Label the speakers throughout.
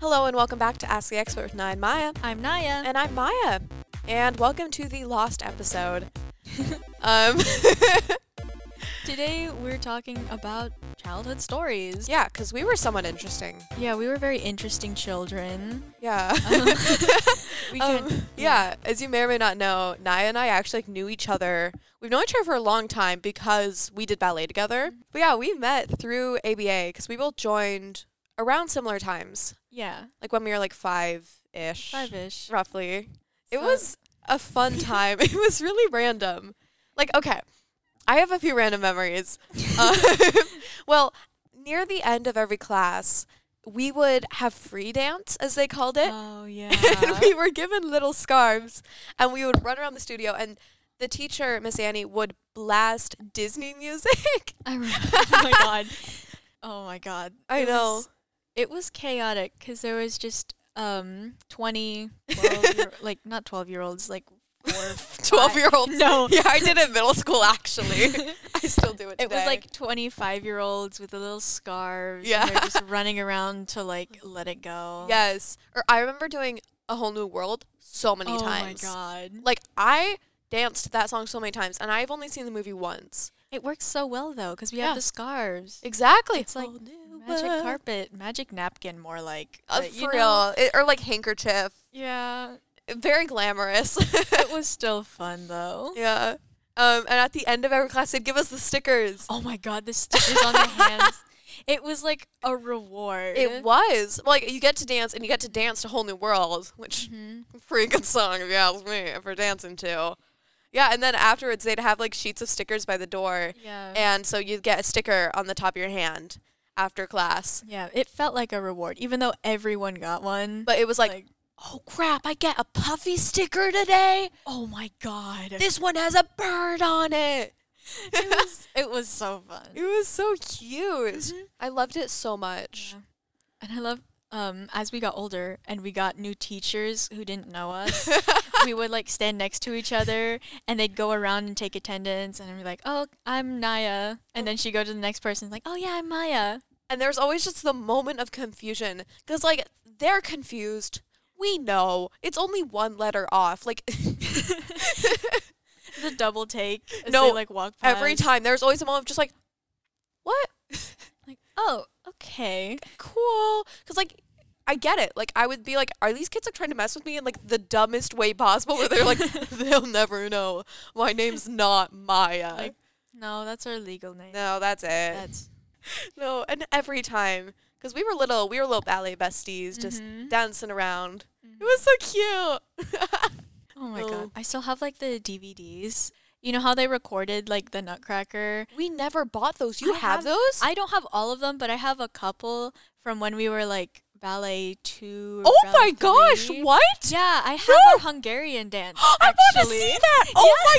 Speaker 1: Hello and welcome back to Ask the Expert with Nine Maya.
Speaker 2: I'm Naya.
Speaker 1: And I'm Maya. And welcome to the lost episode. um
Speaker 2: Today we're talking about childhood stories.
Speaker 1: Yeah, because we were somewhat interesting.
Speaker 2: Yeah, we were very interesting children.
Speaker 1: Yeah.
Speaker 2: Um, we
Speaker 1: Um,
Speaker 2: could,
Speaker 1: yeah, as you may or may not know, Naya and I actually like, knew each other. We've known each other for a long time because we did ballet together.
Speaker 2: Mm-hmm.
Speaker 1: But yeah, we met through ABA because we both joined around similar times,
Speaker 2: yeah,
Speaker 1: like when we were like five ish,
Speaker 2: five-ish.
Speaker 1: roughly. It
Speaker 2: So-
Speaker 1: was a fun time. it was really random. Like, okay, I have a few random memories. Um, well, near the end of every class, we would have free dance, as they called it
Speaker 2: Oh yeah.
Speaker 1: and we were given little scarves and we would run around the studio and the teacher miss annie would blast disney music
Speaker 2: I remember. Oh my god. Oh my god.
Speaker 1: I
Speaker 2: It
Speaker 1: know.
Speaker 2: was- it was chaotic because there was just um 20, 12 year, like not twelve year olds, like four,
Speaker 1: 12 year old
Speaker 2: No.
Speaker 1: yeah i did it in middle school actually i still do it
Speaker 2: It was
Speaker 1: today.
Speaker 2: like 25 year olds with the little scarves.
Speaker 1: Yeah.
Speaker 2: And they're just running around to like let it go.
Speaker 1: yes or i remember doing a whole new world so many
Speaker 2: oh
Speaker 1: times
Speaker 2: my god.
Speaker 1: like i danced to that song so many times and i've only seen the movie once
Speaker 2: It works so well though because we
Speaker 1: Yeah.
Speaker 2: have the scarves.
Speaker 1: exactly
Speaker 2: It's like
Speaker 1: Whole new
Speaker 2: magic
Speaker 1: world.
Speaker 2: carpet, magic napkin, more like.
Speaker 1: Uh,
Speaker 2: but,
Speaker 1: for
Speaker 2: you know,
Speaker 1: real It- or like handkerchief
Speaker 2: yeah,
Speaker 1: very glamorous
Speaker 2: it was still fun though.
Speaker 1: Yeah. Um, and at the end of every class, they'd give us the stickers.
Speaker 2: Oh my god, the stitches on the hands. It was like a reward.
Speaker 1: It was like you get to dance, and you get to dance to whole new world, which pretty good song if you ask me for dancing to. Yeah, and then afterwards they'd have like sheets of stickers by the door,
Speaker 2: Yeah.
Speaker 1: and so you'd get a sticker on the top of your hand after class.
Speaker 2: yeah, it felt like a reward, even though everyone got one.
Speaker 1: But it was like,
Speaker 2: Like-
Speaker 1: oh crap, I get a puffy sticker today.
Speaker 2: oh my god,
Speaker 1: This one has a bird on it.
Speaker 2: it was, it was so fun.
Speaker 1: It was so cute. I loved it so much.
Speaker 2: Yeah. And I love um as we got older and we got new teachers who didn't know us, we would like stand next to each other and they'd go around and take attendance and I'd be like, "Oh, I'm Naya." And then she go to the next person like, "Oh yeah, I'm Maya."
Speaker 1: And there's always just the moment of confusion because, like, they're confused. We know it's only one letter off. Like,
Speaker 2: The double take as
Speaker 1: No,
Speaker 2: they like walk past.
Speaker 1: every time there's always a moment of just like, what?
Speaker 2: like, "Oh, okay."
Speaker 1: Cool. Because, like, I get it. Like, I would be like, are these kids like trying to mess with me in like the dumbest way possible where they're like, they'll never know. My name's not Maya.
Speaker 2: Like, No, that's our legal name.
Speaker 1: no, that's it.
Speaker 2: That's
Speaker 1: no, and every time because we were little, we were little ballet besties just
Speaker 2: Mhm.
Speaker 1: dancing around. It was so cute.
Speaker 2: Oh my
Speaker 1: Oh.
Speaker 2: god. I still have like the DVDs. You know how they recorded like the Nutcracker
Speaker 1: We never bought those. You
Speaker 2: I
Speaker 1: have,
Speaker 2: have-
Speaker 1: those?
Speaker 2: I don't have all of them, but I have a couple from when we were like ballet two. or
Speaker 1: oh
Speaker 2: ballet
Speaker 1: my gosh,
Speaker 2: three.
Speaker 1: what?
Speaker 2: Yeah, I have
Speaker 1: No.
Speaker 2: a Hungarian dance.
Speaker 1: I want to
Speaker 2: actually.
Speaker 1: see that. Oh my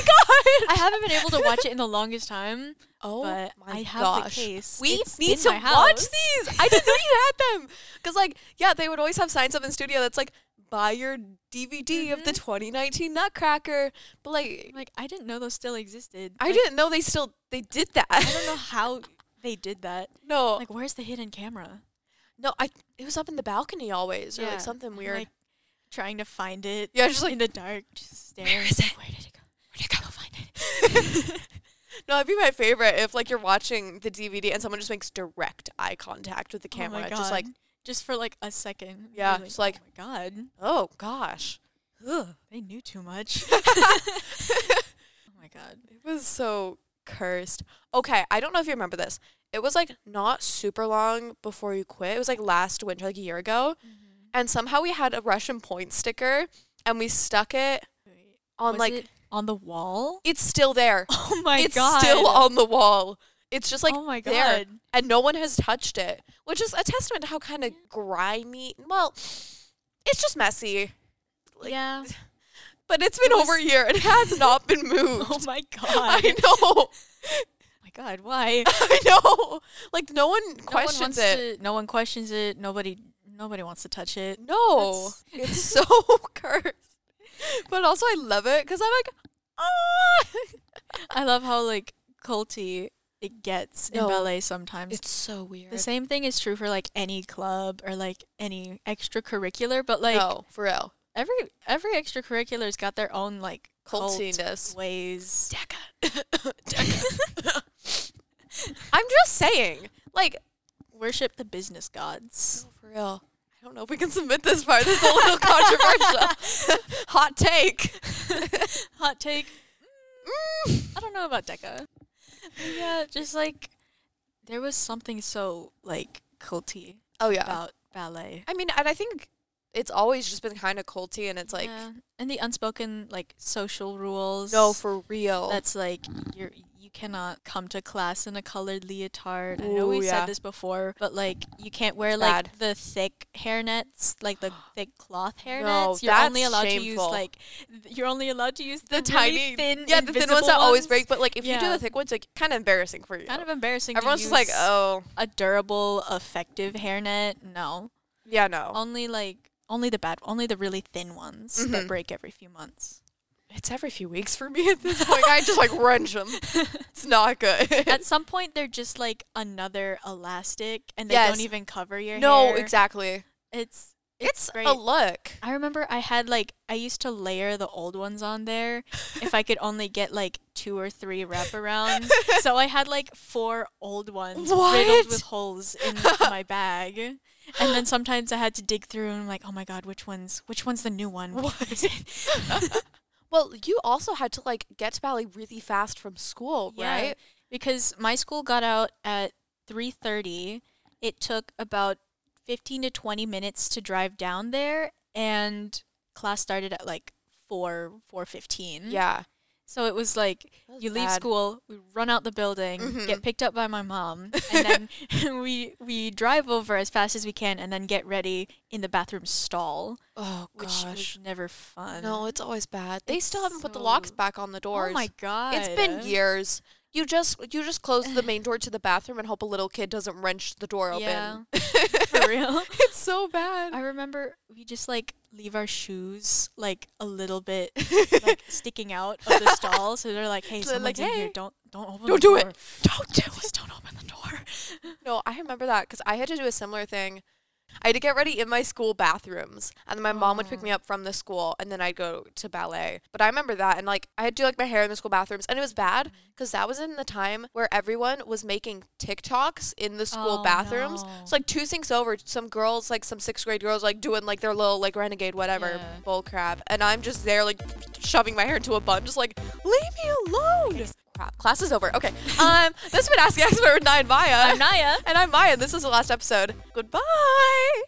Speaker 2: I
Speaker 1: gosh.
Speaker 2: haven't been able to watch it in the longest time.
Speaker 1: oh
Speaker 2: but
Speaker 1: my
Speaker 2: I have the
Speaker 1: gosh.
Speaker 2: case.
Speaker 1: We
Speaker 2: It's
Speaker 1: need
Speaker 2: in
Speaker 1: to
Speaker 2: my
Speaker 1: watch
Speaker 2: house.
Speaker 1: these. I didn't know you had them. Cuz like, yeah, they would always have signs up in studio that's like buy your DVD of
Speaker 2: Mm-hmm.
Speaker 1: the 2019 Nutcracker. But like
Speaker 2: Like I didn't know those still existed.
Speaker 1: I
Speaker 2: Like,
Speaker 1: didn't know they still they did that.
Speaker 2: I don't know how they did that.
Speaker 1: no.
Speaker 2: Like, where's the hidden camera?
Speaker 1: no, I it was up in the balcony always or
Speaker 2: Yeah,
Speaker 1: like something
Speaker 2: I'm,
Speaker 1: weird.
Speaker 2: Like trying to find it.
Speaker 1: Yeah, just, like,
Speaker 2: in the dark, just staring.
Speaker 1: "Where is it?
Speaker 2: Where did it go? Oh Where did it go? Go find it.
Speaker 1: No, that'd be my favorite if like you're watching the DVD and someone just makes direct eye contact with the
Speaker 2: Oh my
Speaker 1: camera, just like,
Speaker 2: God. just for like a second.
Speaker 1: Yeah,
Speaker 2: You're
Speaker 1: just like-
Speaker 2: oh my god.
Speaker 1: oh gosh, Ugh.
Speaker 2: They knew too much. oh my god.
Speaker 1: it was so cursed. Okay, I don't know if you remember this. It was like not super long before you quit. It was like last winter, like a year ago,
Speaker 2: Mm-hmm.
Speaker 1: and somehow we had a Russian point sticker and we stuck it on
Speaker 2: Was
Speaker 1: like
Speaker 2: it on the wall?
Speaker 1: it's still there.
Speaker 2: Oh my
Speaker 1: it's
Speaker 2: god.
Speaker 1: still on the wall. It's just like
Speaker 2: Oh my
Speaker 1: there,
Speaker 2: God.
Speaker 1: and no one has touched it, which is a testament to how kind of grimy. Well, it's just messy, like-
Speaker 2: yeah.
Speaker 1: but it's been
Speaker 2: It was-
Speaker 1: over a year and it has not been moved.
Speaker 2: Oh my god.
Speaker 1: I
Speaker 2: oh
Speaker 1: know,
Speaker 2: my god. Why?
Speaker 1: I know. Like no one
Speaker 2: No one
Speaker 1: questions
Speaker 2: wants
Speaker 1: it.
Speaker 2: to- no one questions it. Nobody nobody wants to touch it.
Speaker 1: No,
Speaker 2: That's-
Speaker 1: it's so cursed. But also, I love it because I'm like, ah.
Speaker 2: I love how like culty it gets
Speaker 1: No.
Speaker 2: in ballet sometimes.
Speaker 1: It's so weird.
Speaker 2: the same thing is true for like any club or like any extracurricular, but like
Speaker 1: no, for real.
Speaker 2: every every extracurricular's got their own like cult
Speaker 1: Cultiness.
Speaker 2: ways.
Speaker 1: Deca. Deca. I'm just saying. Like,
Speaker 2: Worship the business gods.
Speaker 1: for real. I don't know if we can submit this far. This is a little controversial. Hot take.
Speaker 2: Hot take.
Speaker 1: Mm.
Speaker 2: I don't know about Deca. But yeah, just like there was something so like culty
Speaker 1: Oh, yeah.
Speaker 2: about ballet.
Speaker 1: I mean, and I think it's always just been kind of culty, and it's like,
Speaker 2: Yeah. and the unspoken like social rules.
Speaker 1: no, for real.
Speaker 2: that's like you're you cannot come to class in a colored leotard. I know
Speaker 1: Ooh,
Speaker 2: we
Speaker 1: yeah.
Speaker 2: said this before, but like you can't wear like
Speaker 1: bad.
Speaker 2: the thick hairnets, like the thick cloth hairnets.
Speaker 1: No,
Speaker 2: you're only
Speaker 1: that's
Speaker 2: allowed to use
Speaker 1: shameful.
Speaker 2: like th- you're only allowed to use the,
Speaker 1: the
Speaker 2: really
Speaker 1: tiny,
Speaker 2: thin,
Speaker 1: yeah, the thin ones that always break. But like, if you do
Speaker 2: Yeah.
Speaker 1: the thick ones, like, kind of embarrassing for you.
Speaker 2: Kind of embarrassing. to
Speaker 1: Everyone's just like,
Speaker 2: use
Speaker 1: oh,
Speaker 2: a durable, effective hairnet. No,
Speaker 1: yeah, no,
Speaker 2: only like only the bad, only the really thin ones
Speaker 1: Mhm.
Speaker 2: that break every few months.
Speaker 1: it's every few weeks for me at this point. I just like wrench them. It's not good.
Speaker 2: At some point, they're just like another elastic, and they
Speaker 1: Yes.
Speaker 2: don't even cover your
Speaker 1: no,
Speaker 2: hair.
Speaker 1: exactly.
Speaker 2: It's
Speaker 1: It's,
Speaker 2: it's, great.
Speaker 1: a look.
Speaker 2: I remember I had like I used to layer the old ones on there if I could only get like two or three wraparounds. so I had like four old ones riddled
Speaker 1: What?
Speaker 2: with holes in my bag. And then sometimes I had to dig through and I'm like, oh my god, which one's which one's the new one? Which one is it?"
Speaker 1: Well, you also had to like get to ballet really fast from school,
Speaker 2: Yeah,
Speaker 1: right?
Speaker 2: because my school got out at 3:30. It took about 15 to 20 minutes to drive down there and class started at like 4 4:15.
Speaker 1: Mm-hmm. Yeah.
Speaker 2: So it was like
Speaker 1: That was
Speaker 2: you leave
Speaker 1: bad.
Speaker 2: school, we run out the building,
Speaker 1: Mhm.
Speaker 2: get picked up by my mom, and then we we drive over as fast as we can and then get ready in the bathroom stall,
Speaker 1: Oh
Speaker 2: which was
Speaker 1: gosh.
Speaker 2: never fun.
Speaker 1: No, it's always bad. They still
Speaker 2: It's
Speaker 1: haven't put the locks
Speaker 2: so-
Speaker 1: back on the doors.
Speaker 2: Oh my god.
Speaker 1: It's been years. You just you just close the main door to the bathroom and hope a little kid doesn't wrench the door open.
Speaker 2: Yeah. For real.
Speaker 1: It's so bad.
Speaker 2: I remember we just like leave our shoes like a little bit like sticking out of the stall, so they're like, "Hey,
Speaker 1: So they're
Speaker 2: someone's
Speaker 1: like,
Speaker 2: in
Speaker 1: "Hey,
Speaker 2: here. Don't don't open.
Speaker 1: don't
Speaker 2: the
Speaker 1: do it.
Speaker 2: door. Don't do it. Don't open the door."
Speaker 1: No, I remember that because I had to do a similar thing. I had to get ready in my school bathrooms, and then my mom would pick me up from the school, and then I'd go to ballet. But I remember that, and like I had to do like my hair in the school bathrooms, and it was bad
Speaker 2: Mm.
Speaker 1: because that was in the time where everyone was making TikToks in the school
Speaker 2: Oh,
Speaker 1: bathrooms.
Speaker 2: no.
Speaker 1: So like two sinks over, some girls, like some sixth grade girls, like doing like their little like renegade whatever
Speaker 2: Yeah.
Speaker 1: bull crap, and I'm just there like shoving my hair into a bun, just like leave me alone. Crap, class is over. Okay, um, this has been asking expert with Nine Maya.
Speaker 2: I'm Naya.
Speaker 1: And I'm Maya. This is the last episode. Goodbye.